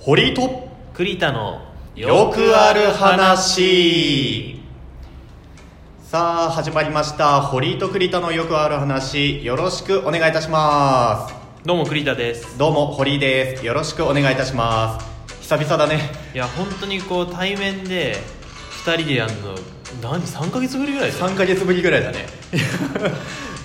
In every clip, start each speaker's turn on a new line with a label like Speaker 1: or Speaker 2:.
Speaker 1: 堀井と
Speaker 2: 栗田の
Speaker 1: よくある話さあ始まりました堀井と栗田のよくある話よろしくお願いいたしま
Speaker 2: どうも栗田です
Speaker 1: すどうも堀井ですよろしくお願いいたします久々だね
Speaker 2: いや本当にこう対面で2人でやるの何3ヶ月ぶりぐらいじゃん
Speaker 1: 3ヶ月ぶりぐらいだね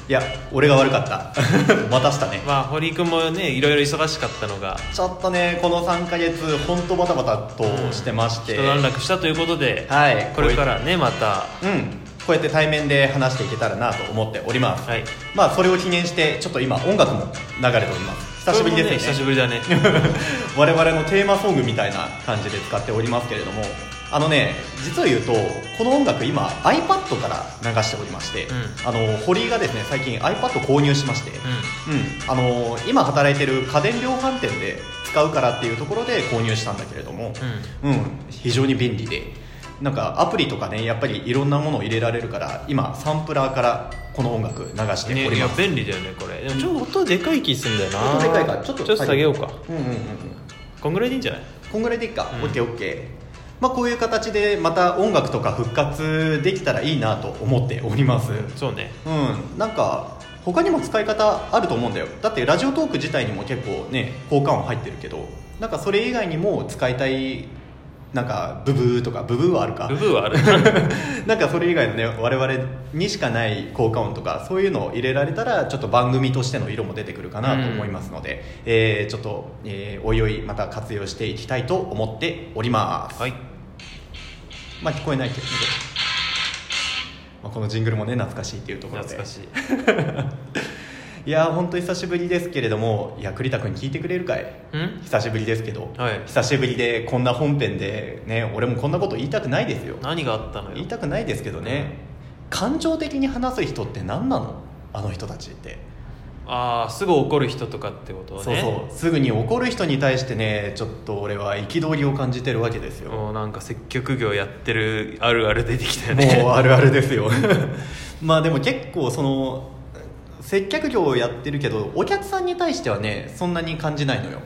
Speaker 1: いや俺が悪かった 待たしたね
Speaker 2: まあ堀井君もねいろいろ忙しかったのが
Speaker 1: ちょっとねこの3ヶ月本当バタバタとしてまして、
Speaker 2: 一段落したということで、
Speaker 1: はい
Speaker 2: これからねまた
Speaker 1: うんこうやって対面で話していけたらなと思っております、
Speaker 2: はい
Speaker 1: まあそれを記念してちょっと今音楽も流れております久しぶりですね
Speaker 2: これも久しぶりだね
Speaker 1: 我々のテーマソングみたいな感じで使っておりますけれどもあのね実を言うとこの音楽今 iPad から流しておりまして、
Speaker 2: う
Speaker 1: あの堀井がですね最近 iPad 購入しまして、うんあの今働いてる家電量販店で使うからっていうところで購入したんだけれども、うん非常に便利でなんかアプリとかねやっぱりいろんなものを入れられるから今サンプラーからこの音楽流し
Speaker 2: うん、
Speaker 1: て
Speaker 2: ね、
Speaker 1: おり
Speaker 2: いや
Speaker 1: ます、
Speaker 2: 便利だよねこれでもちょっと音でかい気すんだよな
Speaker 1: 音でかいからちょっと
Speaker 2: ちょっと下げようか
Speaker 1: うんうんうんうん
Speaker 2: こんぐらいでいいんじゃない
Speaker 1: こんぐらいでいいか、
Speaker 2: うん
Speaker 1: オッケーオッケーまあこういう形でまた音楽とか復活できたらいいなと思っております
Speaker 2: そうね
Speaker 1: うんなんか他にも使い方あると思うんだよだってラジオトーク自体にも結構ね効果音入ってるけどなんかそれ以外にも使いたいなんかブブーとかブブーはあるか
Speaker 2: 部分は ある
Speaker 1: なんかそれ以外のね我々にしかない効果音とかそういうのを入れられたらちょっと番組としての色も出てくるかなと思いますので、えーちょっと、えーおいおいまた活用していきたいと思っております、
Speaker 2: はい
Speaker 1: まあ聞こえないけどね、まあ、このジングルもね懐かしいっていうところで
Speaker 2: 懐かしい
Speaker 1: いやー本当久しぶりですけれどもいや栗田君聞いてくれるかい
Speaker 2: うん
Speaker 1: 久しぶりですけど、
Speaker 2: はい
Speaker 1: 久しぶりでこんな本編でね俺もこんなこと言いたくないですよ
Speaker 2: 何があったのよ
Speaker 1: 言いたくないですけどね感情的に話す人って何なのあの人たちって、
Speaker 2: ああすぐ怒る人とかってことね
Speaker 1: そうそうすぐに怒る人に対してねちょっと俺は憤りを感じてるわけですよも
Speaker 2: もうなんか接客業やってるあるある出てきたよね
Speaker 1: うあるあるですよ まあでも結構その接客業をやってるけどお客さんに対してはねそんなに感じないのよ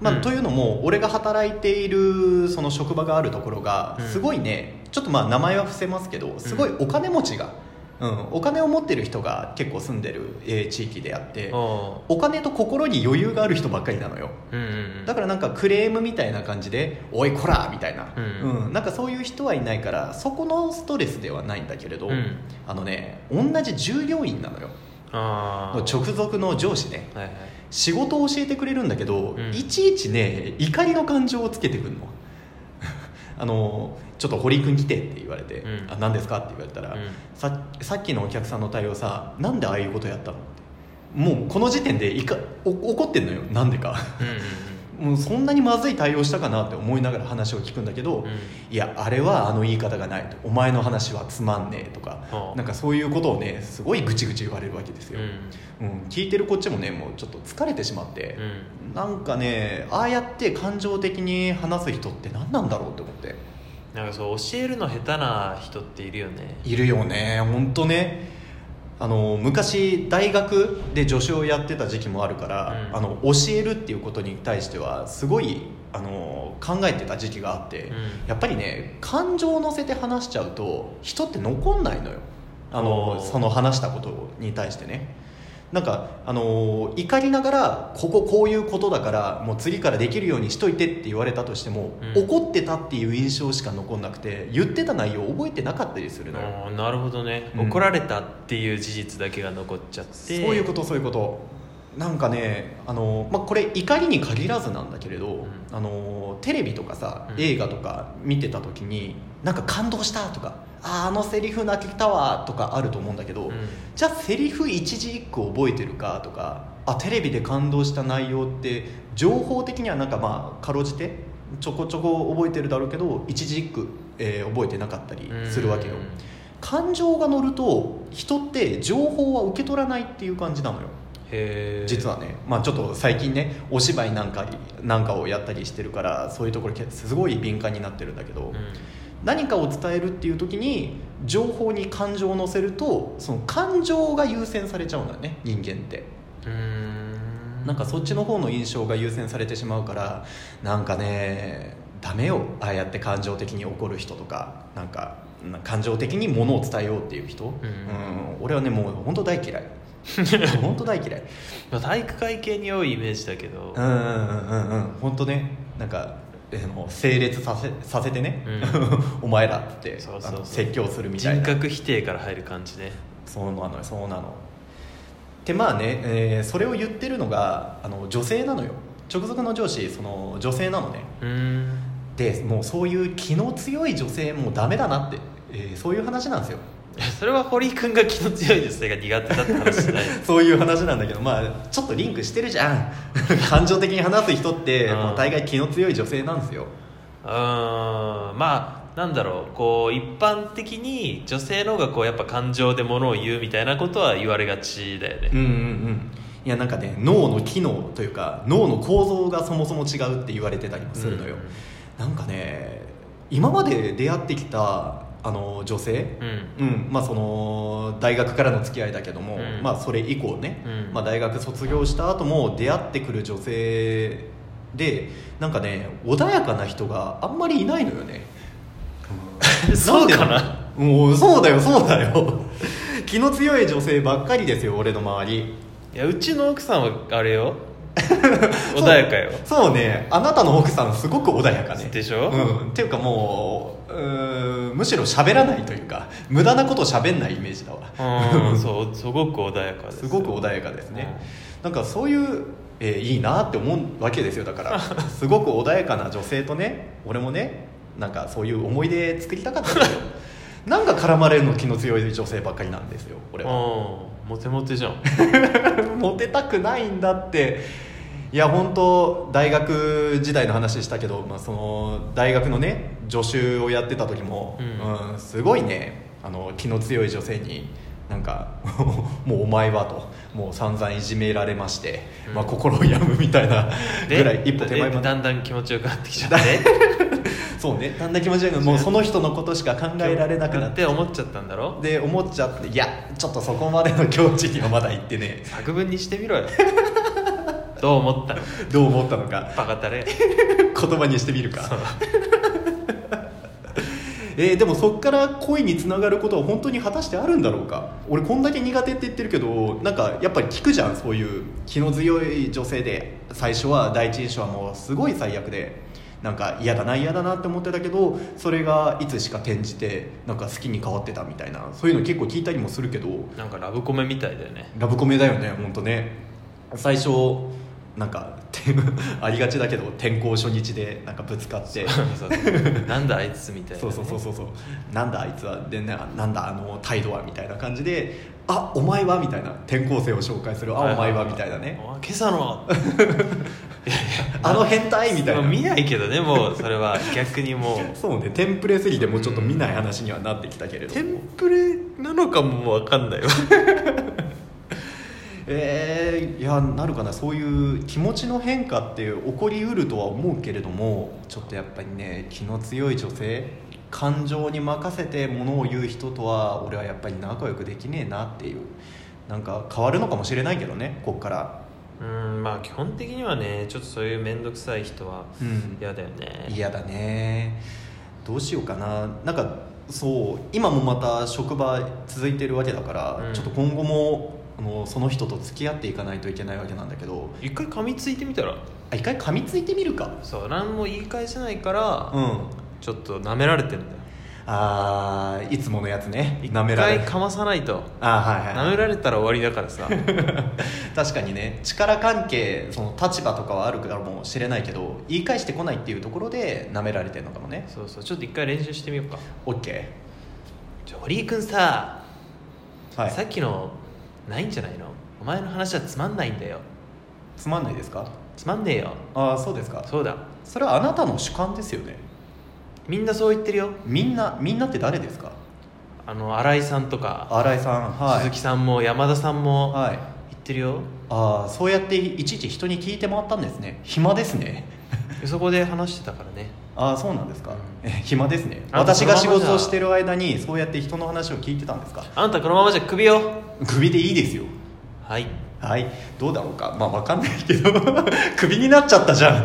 Speaker 1: まあ、
Speaker 2: うん
Speaker 1: というのも俺が働いているその職場があるところが
Speaker 2: うん
Speaker 1: すごいね、ちょっとまあ名前は伏せますけどすごいお金持ちが、うん、お金を持ってる人が結構住んでる、えー地域であ って
Speaker 2: あ
Speaker 1: お金と心に余裕がある人ばっかりなのよ
Speaker 2: あうんうん
Speaker 1: だからなんかクレームみたいな感じで「おいこら!」みたいな、
Speaker 2: うん
Speaker 1: なんかそういう人はいないからそこのストレスではないんだけれど、
Speaker 2: うん
Speaker 1: あのね同じ従業員なのよ
Speaker 2: ああ
Speaker 1: の直属の上司ね
Speaker 2: はいはい
Speaker 1: 仕事を教えてくれるんだけど、
Speaker 2: うん
Speaker 1: いちいちね怒りの感情をつけてくるの あのちょっと堀井君来てって言われて「
Speaker 2: うん
Speaker 1: あ何ですか?」って言われたら、
Speaker 2: うん
Speaker 1: ささっきのお客さんの対応さなんでああいうことやったのってもうこの時点でいかお怒ってんのよなんでか
Speaker 2: うんうん
Speaker 1: もうそんなにまずい対応したかなって思いながら話を聞くんだけど、
Speaker 2: うん
Speaker 1: いやあれはあの言い方がないとお前の話はつまんねえとか、
Speaker 2: はあ
Speaker 1: なんかそういうことをねすごいぐちぐち言われるわけです
Speaker 2: う
Speaker 1: よ、
Speaker 2: ん
Speaker 1: うん、聞いてるこっちもねもうちょっと疲れてしまって
Speaker 2: う、ん
Speaker 1: なんかねああやって感情的に話す人って何なんだろうって思って
Speaker 2: なんかそう教えるの下手な人っているよね
Speaker 1: いるよね本当ねあの昔大学で助手をやってた時期もあるから、
Speaker 2: うん
Speaker 1: あの教えるっていうことに対してはすごいあの考えてた時期があって、
Speaker 2: うん
Speaker 1: やっぱりね感情を乗せて話しちゃうと人って残んないのよあの
Speaker 2: おー
Speaker 1: その話したことに対してねなんかあの怒りながらこここういうことだからもう次からできるようにしといてって言われたとしても、
Speaker 2: うん
Speaker 1: 怒ってたっていう印象しか残んなくて言ってた内容覚えてなかったりするのよ、
Speaker 2: ああなるほどね、
Speaker 1: うん
Speaker 2: 怒られたっていう事実だけが残っちゃって
Speaker 1: そういうことそういうことなんかねあの、まあ、これ怒りに限らずなんだけれど、
Speaker 2: ん
Speaker 1: あのテレビとかさ
Speaker 2: うん
Speaker 1: 映画とか見てた時になんか感動したとかあーあのセリフ泣けたわとかあると思うんだけど、
Speaker 2: うん
Speaker 1: じゃあセリフ一字一句覚えてるかとかあテレビで感動した内容って情報的にはなんかまあかろうじてちょこちょこ覚えてるだろうけど一字一句、えー覚えてなかったりするわけよ、
Speaker 2: うん
Speaker 1: 感情が乗ると人って情報は受け取らないっていう感じなのよ
Speaker 2: へえ
Speaker 1: 実はね、まあ、ちょっと最近ねお芝居なんかなんかをやったりしてるからそういうところけすごい敏感になってるんだけど、
Speaker 2: うん
Speaker 1: 何かを伝えるっていう時に情報に感情を乗せるとその感情が優先されちゃうんだよね人間って
Speaker 2: うーん
Speaker 1: なんかそっちの方の印象が優先されてしまうからなんかねダメよああやって感情的に怒る人とかなんかうん感情的にものを伝えようっていう人、うん俺はねもう本当大嫌 い本当大嫌い
Speaker 2: まあ、体育会系に多いイメージだけど、
Speaker 1: うんうんうんうんうん本当ねなんかあの整列させさせてね、 お前らって
Speaker 2: そうそうそう
Speaker 1: あの説教するみたい
Speaker 2: 人
Speaker 1: な
Speaker 2: 格否定から入る感じね
Speaker 1: そうなのよそうなのでまあね、えーそれを言ってるのがあの女性なのよ直属の上司その女性なのね
Speaker 2: うん
Speaker 1: でもうそういう気の強い女性もうダメだなって、えーそういう話なんですよ
Speaker 2: それは堀井君が気の強い女性が苦手だって話 じゃない
Speaker 1: そういう話なんだけどまあちょっとリンクしてるじゃん 感情的に話す人って
Speaker 2: うん
Speaker 1: もう大概気の強い女性なんですよ
Speaker 2: うーんまあなんだろうこう一般的に女性の方がこうやっぱ感情で物を言うみたいなことは言われがちだよね、
Speaker 1: うんうんうんいやなんかね脳の機能というか脳の構造がそもそも違うって言われてたりもするのよ、なんかね今まで出会ってきたあの女性
Speaker 2: うん、うん
Speaker 1: うんまあ、その大学からの付き合いだけども、
Speaker 2: うん
Speaker 1: まあ、それ以降ね、
Speaker 2: うん
Speaker 1: まあ、大学卒業した後も出会ってくる女性でなんかね穏やかな人があんまりいないのよね、
Speaker 2: そうかなん
Speaker 1: でもうそうだよそうだよ 気の強い女性ばっかりですよ俺の周り
Speaker 2: いやうちの奥さんはあ れよ穏やかよ
Speaker 1: そうそうねあなたの奥さんすごく穏やかね
Speaker 2: でしょ
Speaker 1: うん、っていうかもううーんむしろ喋らないというか無駄なこと喋んないイメージだわ
Speaker 2: うんそうすごく穏やかです
Speaker 1: すごく穏やかですね、なんかそういう、えーいいなって思うわけですよだから すごく穏やかな女性とね俺もねなんかそういう思い出作りたかったんですよなんか絡まれるの気の強い女性ばっかりなんですよ俺は
Speaker 2: うんモテモテじゃん
Speaker 1: モテたくないんだっていや本当大学時代の話したけど、まあ、その大学のね助手をやってた時も、
Speaker 2: うん
Speaker 1: うんすごいねあの気の強い女性になんか もうお前はともう散々いじめられまして、
Speaker 2: うん
Speaker 1: まあ、心を病むみたいな ぐらい一歩手前
Speaker 2: で
Speaker 1: まで
Speaker 2: だんだん気持ちよくなってきちゃって
Speaker 1: そうねだんだん気持ち悪いのもうその人のことしか考えられなくなっ
Speaker 2: ってて思っちゃったんだろ
Speaker 1: で思っちゃっていやちょっとそこまでの境地にはまだ行ってね
Speaker 2: 作文にしてみ ろよどう思ったの
Speaker 1: どう思ったのか
Speaker 2: バカタレ
Speaker 1: 言葉にしてみるか えーでもそこから恋につながることは本当に果たしてあるんだろうか俺こんだけ苦手って言ってるけどなんかやっぱり聞くじゃんそういう気の強い女性で最初は第一印象はもうすごい最悪でなんか嫌だな嫌だなって思ってたけどそれがいつしか転じてなんか好きに変わってたみたいなそういうの結構聞いたりもするけど
Speaker 2: なんかラブコメみたいだよね
Speaker 1: ラブコメだよね本当ね最初なんか てありがちだけど転校初日でなんかぶつかって
Speaker 2: そうそう なんだあいつみたいなね、
Speaker 1: そうそうそうそうそうなんだあいつはでななんだあの態度はみたいな感じであお前はみたいな転校生を紹介するあ
Speaker 2: はい
Speaker 1: お前はみたいなね
Speaker 2: あ今朝 のいやいや
Speaker 1: あの変態みたいな
Speaker 2: もう見ないけどねもうそれは逆にもう
Speaker 1: そうねテンプレすぎてもうちょっと見ない話にはなってきたけれど
Speaker 2: テン
Speaker 1: も
Speaker 2: プレなのかも分かんないわ
Speaker 1: えーいやなるかなそういう気持ちの変化って起こりうるとは思うけれどもちょっとやっぱりね気の強い女性感情に任せてものを言う人とは俺はやっぱり仲良くできねえなっていうなんか変わるのかもしれないけどねこっから
Speaker 2: うんまあ基本的にはねちょっとそういう面倒くさい人は
Speaker 1: うん
Speaker 2: 嫌だよね
Speaker 1: 嫌だねどうしようかななんかそう今もまた職場続いてるわけだから、
Speaker 2: うん
Speaker 1: ちょっと今後もあのその人と付き合っていかないといけないわけなんだけど
Speaker 2: 一回噛みついてみたら
Speaker 1: あ一回噛みついてみるか
Speaker 2: そう何も言い返せないから、
Speaker 1: うん
Speaker 2: ちょっと舐められてるんだよ
Speaker 1: あーいつものやつね
Speaker 2: 一
Speaker 1: なめられ
Speaker 2: 回かまさないと
Speaker 1: あーはい
Speaker 2: 舐
Speaker 1: は
Speaker 2: め
Speaker 1: い
Speaker 2: られたら終わりだから さ
Speaker 1: 確かにね力関係その立場とかはあるかもしれないけど言い返してこないっていうところでなめられてるのかもね
Speaker 2: そうそうちょっと一回練習してみようか
Speaker 1: OK
Speaker 2: じゃあ堀井君さ、
Speaker 1: はい
Speaker 2: さっきのないんじゃないのお前の話はつまんないんだよ
Speaker 1: つまんないですか
Speaker 2: つまんねえよ
Speaker 1: ああそうですか
Speaker 2: そうだ
Speaker 1: それはあなたの主観ですよね
Speaker 2: みんなそう言ってるよ
Speaker 1: みんなみんなって誰ですか
Speaker 2: あの新井さんとか、
Speaker 1: 新井さんはい
Speaker 2: 鈴木さんも山田さんも
Speaker 1: はい
Speaker 2: 言ってるよ
Speaker 1: ああそうやっていちいち人に聞いて回ったんですね暇ですね
Speaker 2: でそこで話してたからね
Speaker 1: ああそうなんですか、
Speaker 2: う
Speaker 1: 暇ですね
Speaker 2: あ
Speaker 1: 私が仕
Speaker 2: そのままじ
Speaker 1: 事
Speaker 2: ゃ
Speaker 1: をしてる間にそうやって人の話を聞いてたんですか
Speaker 2: あんたこのままじゃクビよ
Speaker 1: 首でいいですよ
Speaker 2: はい
Speaker 1: はいどうだろうかまあわかんないけど クビになっちゃったじゃん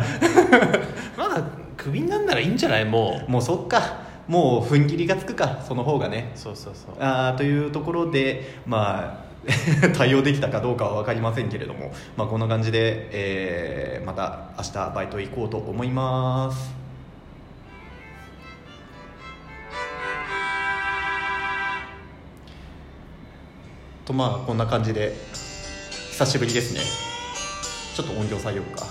Speaker 2: まだクビになんならいいんじゃないも
Speaker 1: もうそっかもう踏ん切りがつくかその方がね
Speaker 2: うそうそうそう
Speaker 1: あーというところで、まあ、 対応できたかどうかは分かりませんけれども、まあ、こんな感じで、えーまた明日バイト行こうと思います。とまあこんな感じで久しぶりですねちょっと音量下げようか。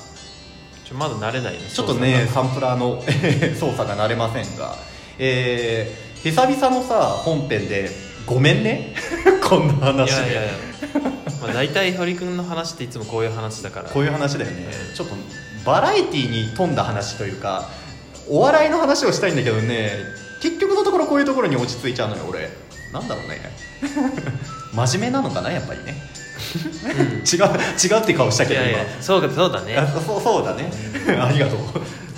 Speaker 2: ちょまだ慣れないね
Speaker 1: ちょっとね
Speaker 2: そ
Speaker 1: サ
Speaker 2: う
Speaker 1: ンプラーのえー操作が慣れませんが、えー久々のさ本編で「ごめんね」 こんな
Speaker 2: そう
Speaker 1: 話で
Speaker 2: いやいやいや、まあ、大体堀君の話っていつもこういう話だから
Speaker 1: こういう話だよねちょっとバラエティーに富んだ話というかお笑いの話をしたいんだけどね結局のところこういうところに落ち着いちゃうのよ俺なんだろうね 真面目なのかなやっぱりね 違う違うって顔した
Speaker 2: い
Speaker 1: けど
Speaker 2: や
Speaker 1: 今
Speaker 2: いやそうかそうだね
Speaker 1: あそう そうだねありがとう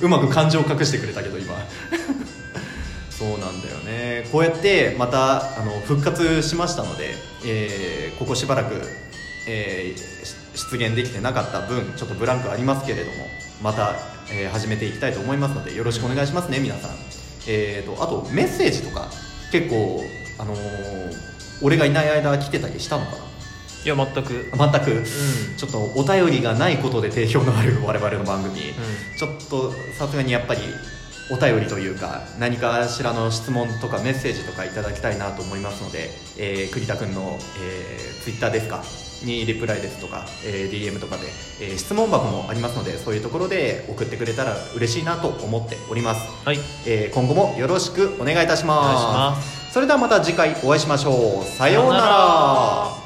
Speaker 1: うまく感情を隠してくれたけど今 そうなんだよねこうやってまたあの復活しましたので、えーここしばらく、えーし出現できてなかった分ちょっとブランクありますけれどもまた、えー始めていきたいと思いますのでよろしくお願いしますね皆さん、えー、とあとメッセージとか結構、あのー俺がいない間来てたりしたのか
Speaker 2: いや全くうん
Speaker 1: な全くちょっとお便りがないことで定評のある 我々の番組、ちょっとさすがにやっぱりお便りというか何かしらの質問とかメッセージとかいただきたいなと思いますので、えー栗田君の、えー、ツイッターですかにリプライですとか、えー DM とかで、えー質問箱もありますのでそういうところで送ってくれたら嬉しいなと思っております、
Speaker 2: はい
Speaker 1: えー今後もよろしくお願いいたし
Speaker 2: お願いし
Speaker 1: ま
Speaker 2: ます
Speaker 1: それではまた次回お会いしましょうさような
Speaker 2: さような
Speaker 1: ら
Speaker 2: ら